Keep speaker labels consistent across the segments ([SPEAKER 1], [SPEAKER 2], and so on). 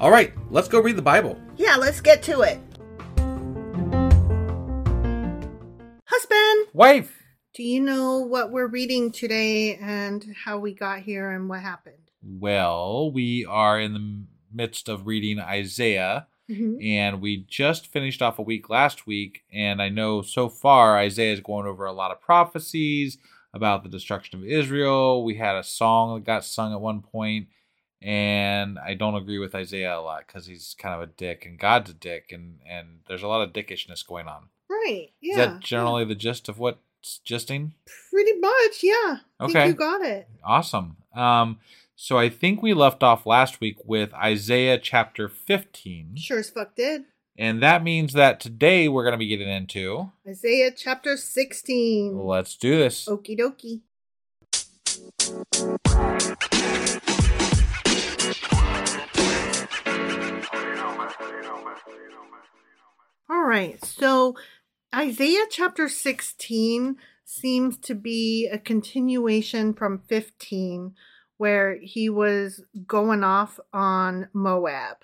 [SPEAKER 1] All right, let's go read the Bible.
[SPEAKER 2] Yeah, let's get to it. Husband,
[SPEAKER 1] Wife!
[SPEAKER 2] do you know what we're reading today and how we got here and what happened?
[SPEAKER 3] Well, we are in the midst of reading Isaiah, and we just finished off a week last week. And I know so far Isaiah is going over a lot of prophecies about the destruction of Israel. We had a song that got sung at one point, and I don't agree with Isaiah a lot because he's kind of a dick, and God's a dick, and and there's a lot of dickishness going on.
[SPEAKER 2] Right. Yeah.
[SPEAKER 3] Is that generally the gist of what's gisting?
[SPEAKER 2] pretty much? Yeah. I think
[SPEAKER 3] Okay. Mm-hmm.
[SPEAKER 2] you got it.
[SPEAKER 3] Awesome. Um, so I think we left off last week with Isaiah chapter 15.
[SPEAKER 2] Sure as fuck did.
[SPEAKER 3] And that means that today we're going to be getting into.
[SPEAKER 2] Isaiah chapter 16.
[SPEAKER 3] Let's do this.
[SPEAKER 2] Okie dokie. All right, so Isaiah chapter 16 seems to be a continuation from 15, where he was going off on Moab.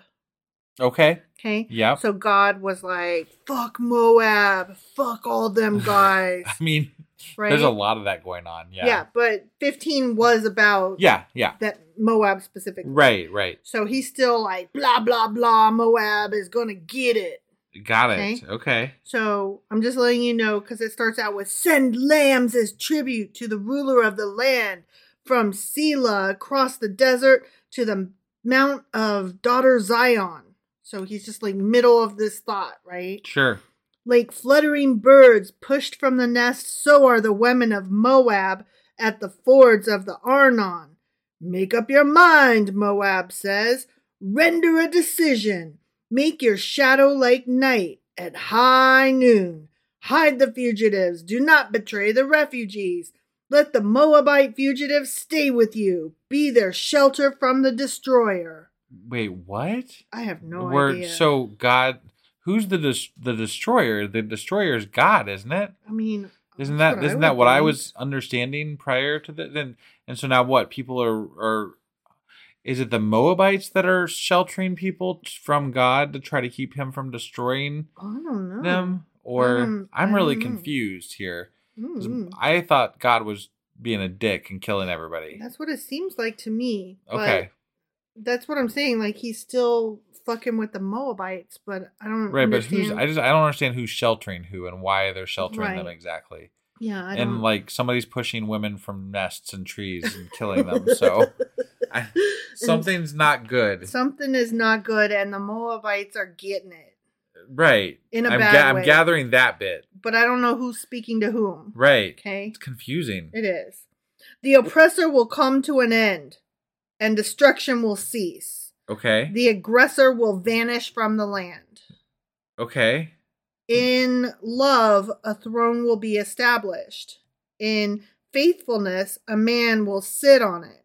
[SPEAKER 3] Okay.
[SPEAKER 2] Okay.
[SPEAKER 3] Yep.
[SPEAKER 2] So God was like, fuck Moab, fuck all them guys.
[SPEAKER 3] I mean,
[SPEAKER 2] right?
[SPEAKER 3] there's a lot of that going on. Yeah.
[SPEAKER 2] Yeah, but 15 was about
[SPEAKER 3] Yeah. yeah.
[SPEAKER 2] that Moab specifically.
[SPEAKER 3] Right, right.
[SPEAKER 2] So he's still like, blah, blah, blah, Moab is going to get it.
[SPEAKER 3] Got it. Okay.
[SPEAKER 2] So I'm just letting you know because it starts out with send lambs as tribute to the ruler of the land from Selah across the desert to the Mount of Daughter Zion. So he's just like middle of this thought, right?
[SPEAKER 3] Sure.
[SPEAKER 2] Like fluttering birds pushed from the nest, so are the women of Moab at the fords of the Arnon. Make up your mind, Moab says. Render a decision. Make your shadow like night at high noon. Hide the fugitives. Do not betray the refugees. Let the Moabite fugitives stay with you. Be their shelter from the destroyer.
[SPEAKER 3] Wait, what?
[SPEAKER 2] I have no
[SPEAKER 3] We're-
[SPEAKER 2] idea.
[SPEAKER 3] So God, who's the des- the destroyer? The destroyer is God, isn't it?
[SPEAKER 2] I mean,
[SPEAKER 3] Isn't
[SPEAKER 2] that's
[SPEAKER 3] that isn't that what I
[SPEAKER 2] think.
[SPEAKER 3] was understanding prior to that? Then and so now what? People are are is it the Moabites that are sheltering people t- from God to try to keep him from destroying
[SPEAKER 2] I don't know.
[SPEAKER 3] them? Or
[SPEAKER 2] Um, I
[SPEAKER 3] I'm really
[SPEAKER 2] don't know.
[SPEAKER 3] confused here. 'Cause
[SPEAKER 2] Mm.
[SPEAKER 3] I thought God was being a dick and killing everybody.
[SPEAKER 2] That's what it seems like to me. but
[SPEAKER 3] Okay,
[SPEAKER 2] That's what I'm saying. Like he's still fucking with the Moabites, but I don't
[SPEAKER 3] right, but
[SPEAKER 2] understand.
[SPEAKER 3] who's? I just I don't understand who's sheltering who and why they're sheltering them
[SPEAKER 2] Right.
[SPEAKER 3] exactly.
[SPEAKER 2] yeah, I don't
[SPEAKER 3] and like somebody's pushing women from nests and trees and killing them. So I, something's not good,
[SPEAKER 2] something is not good, and the Moabites are getting it.
[SPEAKER 3] right?
[SPEAKER 2] In a
[SPEAKER 3] I'm,
[SPEAKER 2] bad way.
[SPEAKER 3] I'm gathering that bit,
[SPEAKER 2] But I don't know who's speaking to whom.
[SPEAKER 3] right?
[SPEAKER 2] Okay,
[SPEAKER 3] It's confusing.
[SPEAKER 2] it is. The oppressor will come to an end, and destruction will cease.
[SPEAKER 3] Okay,
[SPEAKER 2] The aggressor will vanish from the land.
[SPEAKER 3] okay,
[SPEAKER 2] In love, a throne will be established. In faithfulness, a man will sit on it.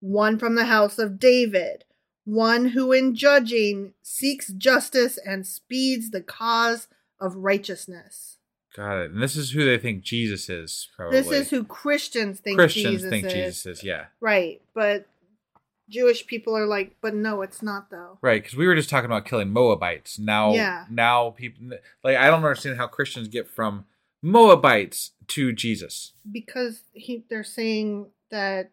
[SPEAKER 2] One from the house of David, one who in judging seeks justice and speeds the cause of righteousness.
[SPEAKER 3] got it. And this is who they think Jesus is. Probably
[SPEAKER 2] This is who Christians think
[SPEAKER 3] Oh, Christians
[SPEAKER 2] Jesus
[SPEAKER 3] think
[SPEAKER 2] is.
[SPEAKER 3] Jesus is. Yeah,
[SPEAKER 2] Right, but Jewish people are like, but no, it's not though.
[SPEAKER 3] right. Because we were just talking about killing Moabites. Now,
[SPEAKER 2] Yeah.
[SPEAKER 3] now people like I don't understand how Christians get from Moabites to Jesus.
[SPEAKER 2] Because he, they're saying that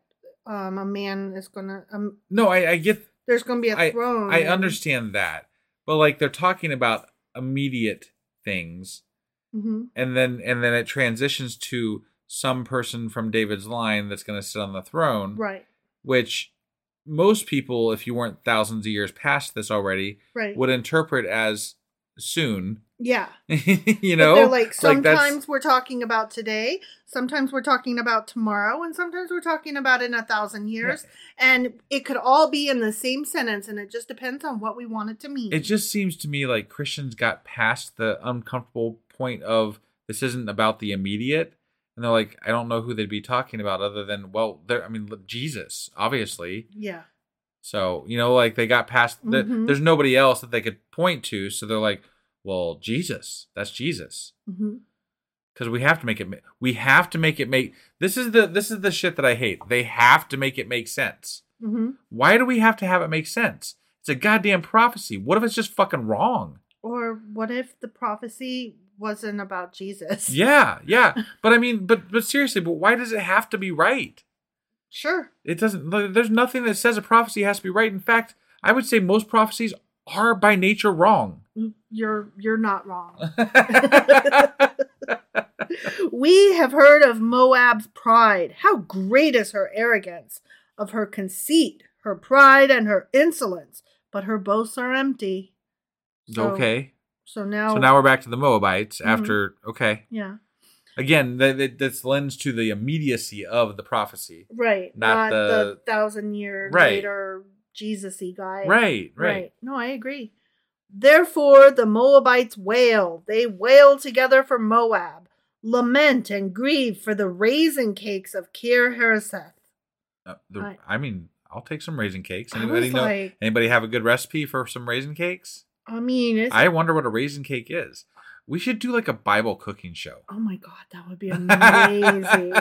[SPEAKER 2] um, a man is gonna, um,
[SPEAKER 3] No, I, I get
[SPEAKER 2] there's gonna be a
[SPEAKER 3] I,
[SPEAKER 2] throne.
[SPEAKER 3] I
[SPEAKER 2] and-
[SPEAKER 3] understand that. But like they're talking about immediate things
[SPEAKER 2] Mhm.
[SPEAKER 3] and then and then it transitions to some person from David's line that's going to sit on the throne,
[SPEAKER 2] Right,
[SPEAKER 3] which most people if you weren't thousands of years past this already
[SPEAKER 2] right.
[SPEAKER 3] would interpret as soon.
[SPEAKER 2] yeah.
[SPEAKER 3] you
[SPEAKER 2] But
[SPEAKER 3] know?
[SPEAKER 2] they're like,
[SPEAKER 3] that's-
[SPEAKER 2] sometimes we're talking about today, sometimes we're talking about tomorrow, and sometimes we're talking about in a thousand years. And it could all be in the same sentence, and it just depends on what we want it to mean.
[SPEAKER 3] it just seems to me like Christians got past the uncomfortable point of this isn't about the immediate, and they're like, I don't know who they'd be talking about other than well, they're I mean look, Jesus, obviously.
[SPEAKER 2] yeah.
[SPEAKER 3] So you know, like they got past. The,
[SPEAKER 2] Mhm.
[SPEAKER 3] There's nobody else that they could point to, so they're like, well, Jesus, that's Jesus,
[SPEAKER 2] hmm
[SPEAKER 3] because we have to make it. ma- We have to make it make. This is the this is the shit that I hate. They have to make it make sense.
[SPEAKER 2] hmm
[SPEAKER 3] Why do we have to have it make sense? It's a goddamn prophecy. What if it's just fucking wrong?
[SPEAKER 2] Or what if the prophecy wasn't about Jesus?
[SPEAKER 3] Yeah, yeah. But I mean, but but seriously, but why does it have to be right?
[SPEAKER 2] Sure.
[SPEAKER 3] It doesn't. There's nothing that says a prophecy has to be right. In fact, I would say most prophecies are by nature wrong.
[SPEAKER 2] Mm, You're you're not wrong. we have heard of Moab's pride. How great is her arrogance, of her conceit, her pride and her insolence, but her boasts are empty. So-
[SPEAKER 3] okay.
[SPEAKER 2] So now
[SPEAKER 3] So now we're back to the Moabites
[SPEAKER 2] Mm-hmm.
[SPEAKER 3] after. Okay.
[SPEAKER 2] Yeah.
[SPEAKER 3] Again, that that this lends to the immediacy of the prophecy.
[SPEAKER 2] Right.
[SPEAKER 3] Not
[SPEAKER 2] Not, the,
[SPEAKER 3] the-
[SPEAKER 2] thousand year
[SPEAKER 3] Right.
[SPEAKER 2] later Jesus y guy.
[SPEAKER 3] Right. Right.
[SPEAKER 2] No, I agree. Therefore, the Moabites wail. They wail together for Moab, lament and grieve for the raisin cakes of Kir Hareseth.
[SPEAKER 3] Uh, the,
[SPEAKER 2] Right.
[SPEAKER 3] I mean, I'll take some raisin cakes.
[SPEAKER 2] I
[SPEAKER 3] Anybody
[SPEAKER 2] was
[SPEAKER 3] know?
[SPEAKER 2] like-
[SPEAKER 3] anybody have a good recipe for some raisin cakes?
[SPEAKER 2] I mean, it's.
[SPEAKER 3] I wonder what a raisin cake is. We should do like a Bible cooking show.
[SPEAKER 2] oh my God, that would be amazing.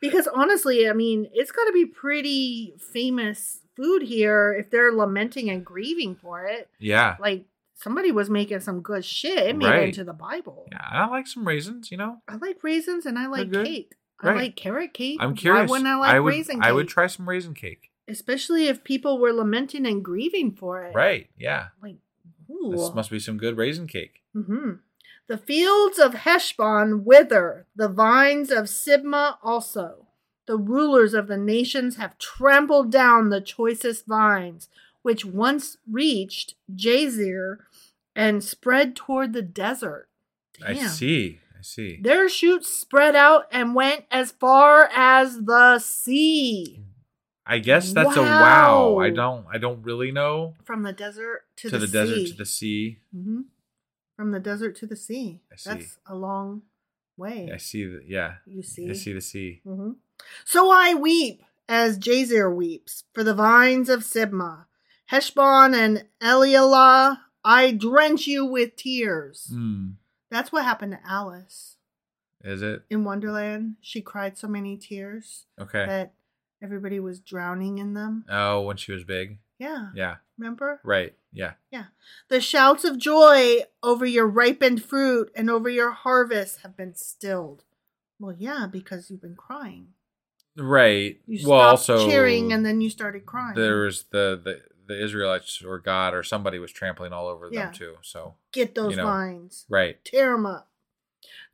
[SPEAKER 2] because honestly, I mean, it's got to be pretty famous food here if they're lamenting and grieving for it.
[SPEAKER 3] Yeah.
[SPEAKER 2] Like, somebody was making some good shit. It made
[SPEAKER 3] Right.
[SPEAKER 2] it into the Bible.
[SPEAKER 3] Yeah, I like some raisins, you know.
[SPEAKER 2] I like raisins and I like
[SPEAKER 3] good.
[SPEAKER 2] cake.
[SPEAKER 3] Right.
[SPEAKER 2] I like carrot cake.
[SPEAKER 3] I'm curious.
[SPEAKER 2] Why wouldn't I like
[SPEAKER 3] would,
[SPEAKER 2] raisin cake?
[SPEAKER 3] I would try some raisin cake.
[SPEAKER 2] Especially if people were lamenting and grieving for it.
[SPEAKER 3] Right. Yeah.
[SPEAKER 2] Like, ooh.
[SPEAKER 3] This must be some good raisin cake.
[SPEAKER 2] hmm The fields of Heshbon wither, the vines of Sibma also. The rulers of the nations have trampled down the choicest vines, which once reached Jazer and spread toward the desert.
[SPEAKER 3] I
[SPEAKER 2] Damn.
[SPEAKER 3] see. I see.
[SPEAKER 2] Their shoots spread out and went as far as the sea.
[SPEAKER 3] I guess that's a wow. I
[SPEAKER 2] Wow.
[SPEAKER 3] don't. I don't really know.
[SPEAKER 2] From the desert to,
[SPEAKER 3] To, the,
[SPEAKER 2] the,
[SPEAKER 3] desert,
[SPEAKER 2] sea.
[SPEAKER 3] to the sea.
[SPEAKER 2] hmm From the desert to the sea.
[SPEAKER 3] I see.
[SPEAKER 2] That's a long way.
[SPEAKER 3] I see. The, yeah.
[SPEAKER 2] You see.
[SPEAKER 3] I see the sea.
[SPEAKER 2] hmm So I weep as Jazer weeps for the vines of Sibma, Heshbon and Elialah. I drench you with tears.
[SPEAKER 3] Hmm.
[SPEAKER 2] That's what happened to Alice
[SPEAKER 3] Is it
[SPEAKER 2] in Wonderland. She cried so many tears
[SPEAKER 3] okay?
[SPEAKER 2] that everybody was drowning in them.
[SPEAKER 3] oh, when she was big.
[SPEAKER 2] Yeah,
[SPEAKER 3] Yeah.
[SPEAKER 2] remember?
[SPEAKER 3] Right. Yeah.
[SPEAKER 2] Yeah. The shouts of joy over your ripened fruit and over your harvest have been stilled. Well, yeah, because you've been crying.
[SPEAKER 3] Right.
[SPEAKER 2] You
[SPEAKER 3] well,
[SPEAKER 2] stopped
[SPEAKER 3] also
[SPEAKER 2] cheering and then you started crying.
[SPEAKER 3] there was the the the Israelites or God or somebody was trampling all over
[SPEAKER 2] Yeah.
[SPEAKER 3] them too. So
[SPEAKER 2] Get those
[SPEAKER 3] you know.
[SPEAKER 2] vines.
[SPEAKER 3] right.
[SPEAKER 2] Tear 'em up.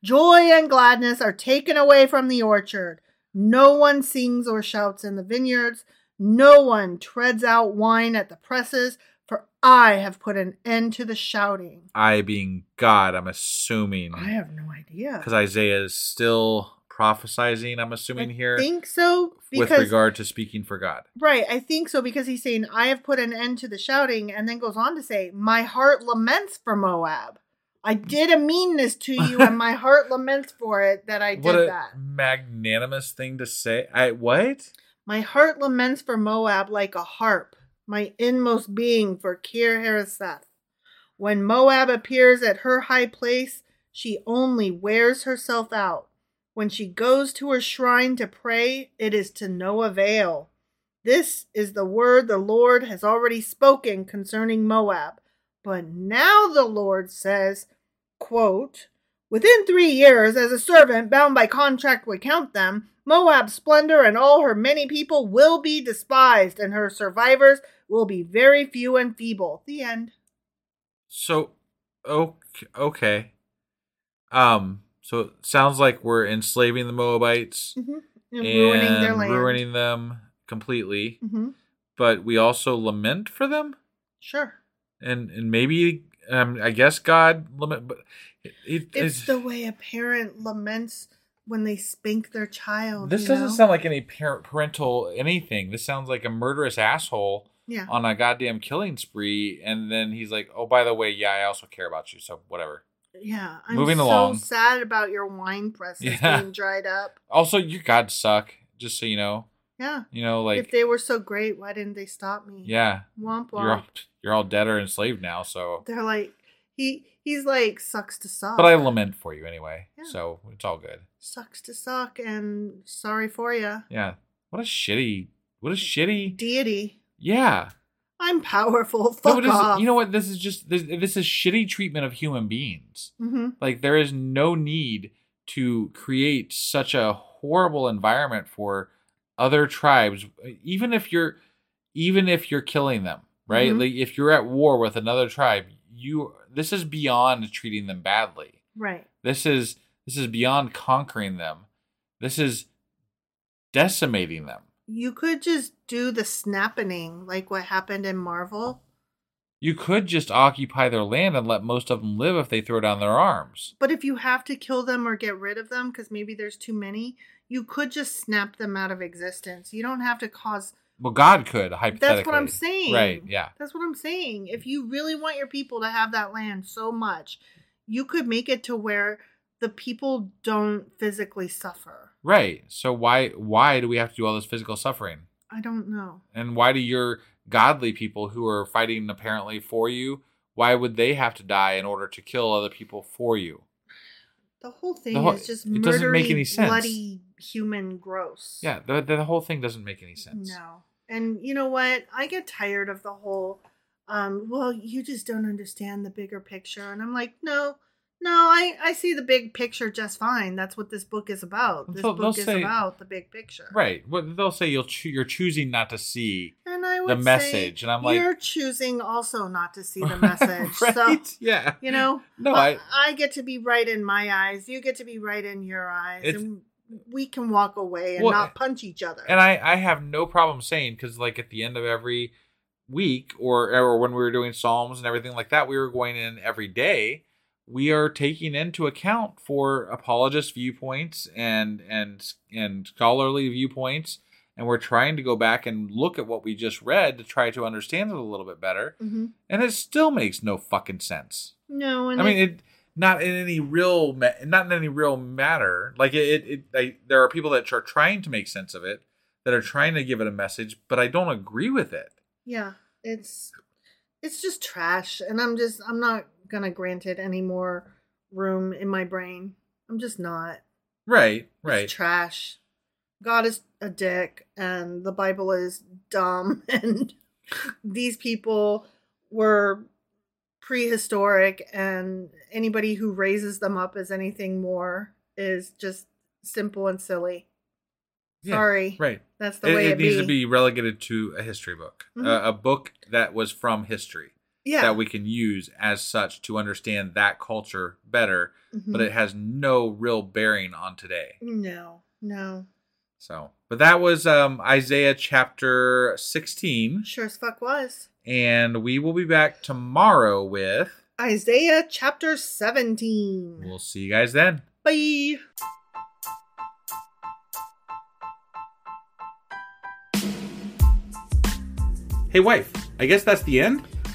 [SPEAKER 2] Joy and gladness are taken away from the orchard. No one sings or shouts in the vineyards. No one treads out wine at the presses, for I have put an end to the shouting.
[SPEAKER 3] I being God, I'm assuming
[SPEAKER 2] I have no idea.
[SPEAKER 3] because Isaiah is still prophesizing. I'm assuming here
[SPEAKER 2] I think so.
[SPEAKER 3] with
[SPEAKER 2] Because,
[SPEAKER 3] regard to speaking for God.
[SPEAKER 2] Right, I think so because he's saying, I have put an end to the shouting, and then goes on to say, My heart laments for Moab. I did a meanness to you, and my heart laments for it that I did
[SPEAKER 3] what a
[SPEAKER 2] that.
[SPEAKER 3] magnanimous thing to say. I what?
[SPEAKER 2] My heart laments for Moab like a harp, my inmost being for Kir Hareseth. When Moab appears at her high place, she only wears herself out. When she goes to her shrine to pray, it is to no avail. This is the word the Lord has already spoken concerning Moab. But now the Lord says, quote, Within three years, as a servant bound by contract would count them, Moab's splendor and all her many people will be despised, and her survivors will be very few and feeble. The end.
[SPEAKER 3] So okay, okay. Um so it sounds like we're enslaving the Moabites
[SPEAKER 2] Mm-hmm.
[SPEAKER 3] and,
[SPEAKER 2] ruining their land.
[SPEAKER 3] ruining them completely,
[SPEAKER 2] hmm
[SPEAKER 3] but we also lament for them
[SPEAKER 2] Sure.
[SPEAKER 3] and and maybe um, I guess God lament but it, it-
[SPEAKER 2] It's the way a parent laments when they spank their child.
[SPEAKER 3] This
[SPEAKER 2] you
[SPEAKER 3] doesn't
[SPEAKER 2] know?
[SPEAKER 3] sound like any parent parental anything. This sounds like a murderous asshole
[SPEAKER 2] Yeah.
[SPEAKER 3] on a goddamn killing spree, and then he's like, "Oh, by the way, yeah, I also care about you, so whatever."
[SPEAKER 2] Yeah. I'm
[SPEAKER 3] Moving
[SPEAKER 2] so
[SPEAKER 3] along.
[SPEAKER 2] sad about your wine presses
[SPEAKER 3] Yeah.
[SPEAKER 2] being dried up.
[SPEAKER 3] Also, your gods suck. Just so you know,
[SPEAKER 2] Yeah.
[SPEAKER 3] you know, like,
[SPEAKER 2] if they were so great, why didn't they stop me?
[SPEAKER 3] yeah,
[SPEAKER 2] Womp womp.
[SPEAKER 3] you're all, you're all dead or enslaved now. So,
[SPEAKER 2] They're like he he's like sucks to suck.
[SPEAKER 3] but I lament for you anyway.
[SPEAKER 2] Yeah.
[SPEAKER 3] So it's all good.
[SPEAKER 2] sucks to suck and sorry for you.
[SPEAKER 3] Yeah. What a shitty. What a shitty.
[SPEAKER 2] Deity,
[SPEAKER 3] yeah.
[SPEAKER 2] I'm powerful.
[SPEAKER 3] No,
[SPEAKER 2] Fuck
[SPEAKER 3] it is-
[SPEAKER 2] off.
[SPEAKER 3] you know what? This is just this, this is shitty treatment of human beings.
[SPEAKER 2] hmm
[SPEAKER 3] Like there is no need to create such a horrible environment for other tribes, even if you're even if you're killing them, right?
[SPEAKER 2] Mhm.
[SPEAKER 3] Like if you're at war with another tribe, you this is beyond treating them badly.
[SPEAKER 2] Right.
[SPEAKER 3] This is this is beyond conquering them. This is decimating them.
[SPEAKER 2] You could just do the snapping like what happened in Marvel,
[SPEAKER 3] You could just occupy their land and let most of them live if they throw down their arms.
[SPEAKER 2] but if you have to kill them or get rid of them because maybe there's too many, you could just snap them out of existence. You don't have to cause.
[SPEAKER 3] Well, God could hypothetically.
[SPEAKER 2] That's what I'm saying.
[SPEAKER 3] Right? Yeah.
[SPEAKER 2] That's what I'm saying. If you really want your people to have that land so much, you could make it to where the people don't physically suffer.
[SPEAKER 3] Right. So why why do we have to do all this physical suffering?
[SPEAKER 2] I don't know.
[SPEAKER 3] And why do your godly people who are fighting apparently for you, why would they have to die in order to kill other people for you?
[SPEAKER 2] The whole thing
[SPEAKER 3] The whole-
[SPEAKER 2] is just
[SPEAKER 3] it
[SPEAKER 2] murdery,
[SPEAKER 3] doesn't make any sense.
[SPEAKER 2] bloody, human, gross.
[SPEAKER 3] Yeah, the, the whole thing doesn't make any sense.
[SPEAKER 2] No. And you know what? I get tired of the whole, um, well, you just don't understand the bigger picture. And I'm like, no, no, I, I see the big picture just fine. That's what this book is about. This
[SPEAKER 3] They'll- they'll
[SPEAKER 2] book is
[SPEAKER 3] say-
[SPEAKER 2] about the big picture.
[SPEAKER 3] Right. Well, they'll say you'll choo- you're choosing not to see.
[SPEAKER 2] And I would
[SPEAKER 3] the
[SPEAKER 2] say
[SPEAKER 3] message, and I'm like-
[SPEAKER 2] you're choosing also not to see the message. So,
[SPEAKER 3] right? yeah.
[SPEAKER 2] you know, uh,
[SPEAKER 3] No,
[SPEAKER 2] I,
[SPEAKER 3] I-
[SPEAKER 2] I get to be right in my eyes. You get to be right in your eyes.
[SPEAKER 3] It's-
[SPEAKER 2] And we can walk away and
[SPEAKER 3] Well,
[SPEAKER 2] not punch each other.
[SPEAKER 3] And I I have no problem saying cuz like at the end of every week or or when we were doing psalms and everything like that we were going in every day we are taking into account for apologist viewpoints and and and scholarly viewpoints and we're trying to go back and look at what we just read to try to understand it a little bit better
[SPEAKER 2] Mm-hmm.
[SPEAKER 3] and it still makes no fucking sense
[SPEAKER 2] No, and
[SPEAKER 3] i mean it not in any real ma- not in any real matter like it it, it I, there are people that are trying to make sense of it that are trying to give it a message but i don't agree with it
[SPEAKER 2] yeah, it's it's just trash, and I'm just I'm not gonna grant it any more room in my brain. I'm just not.
[SPEAKER 3] right
[SPEAKER 2] It's
[SPEAKER 3] right
[SPEAKER 2] trash. God is a dick, and the Bible is dumb, and these people were prehistoric, and anybody who raises them up as anything more is just simple and silly.
[SPEAKER 3] Yeah,
[SPEAKER 2] Sorry.
[SPEAKER 3] right
[SPEAKER 2] That's the
[SPEAKER 3] it,
[SPEAKER 2] way
[SPEAKER 3] it
[SPEAKER 2] it,
[SPEAKER 3] needs to be relegated to a history book
[SPEAKER 2] Mhm.
[SPEAKER 3] a, a book that was from history
[SPEAKER 2] yeah.
[SPEAKER 3] that we can use as such to understand that culture better
[SPEAKER 2] Mhm.
[SPEAKER 3] but it has no real bearing on today
[SPEAKER 2] no, no,
[SPEAKER 3] so but that was um, isaiah chapter 16
[SPEAKER 2] sure as fuck was
[SPEAKER 3] and we will be back tomorrow with
[SPEAKER 2] Isaiah chapter 17
[SPEAKER 3] we'll see you guys then
[SPEAKER 2] Bye.
[SPEAKER 3] hey wife i guess that's the end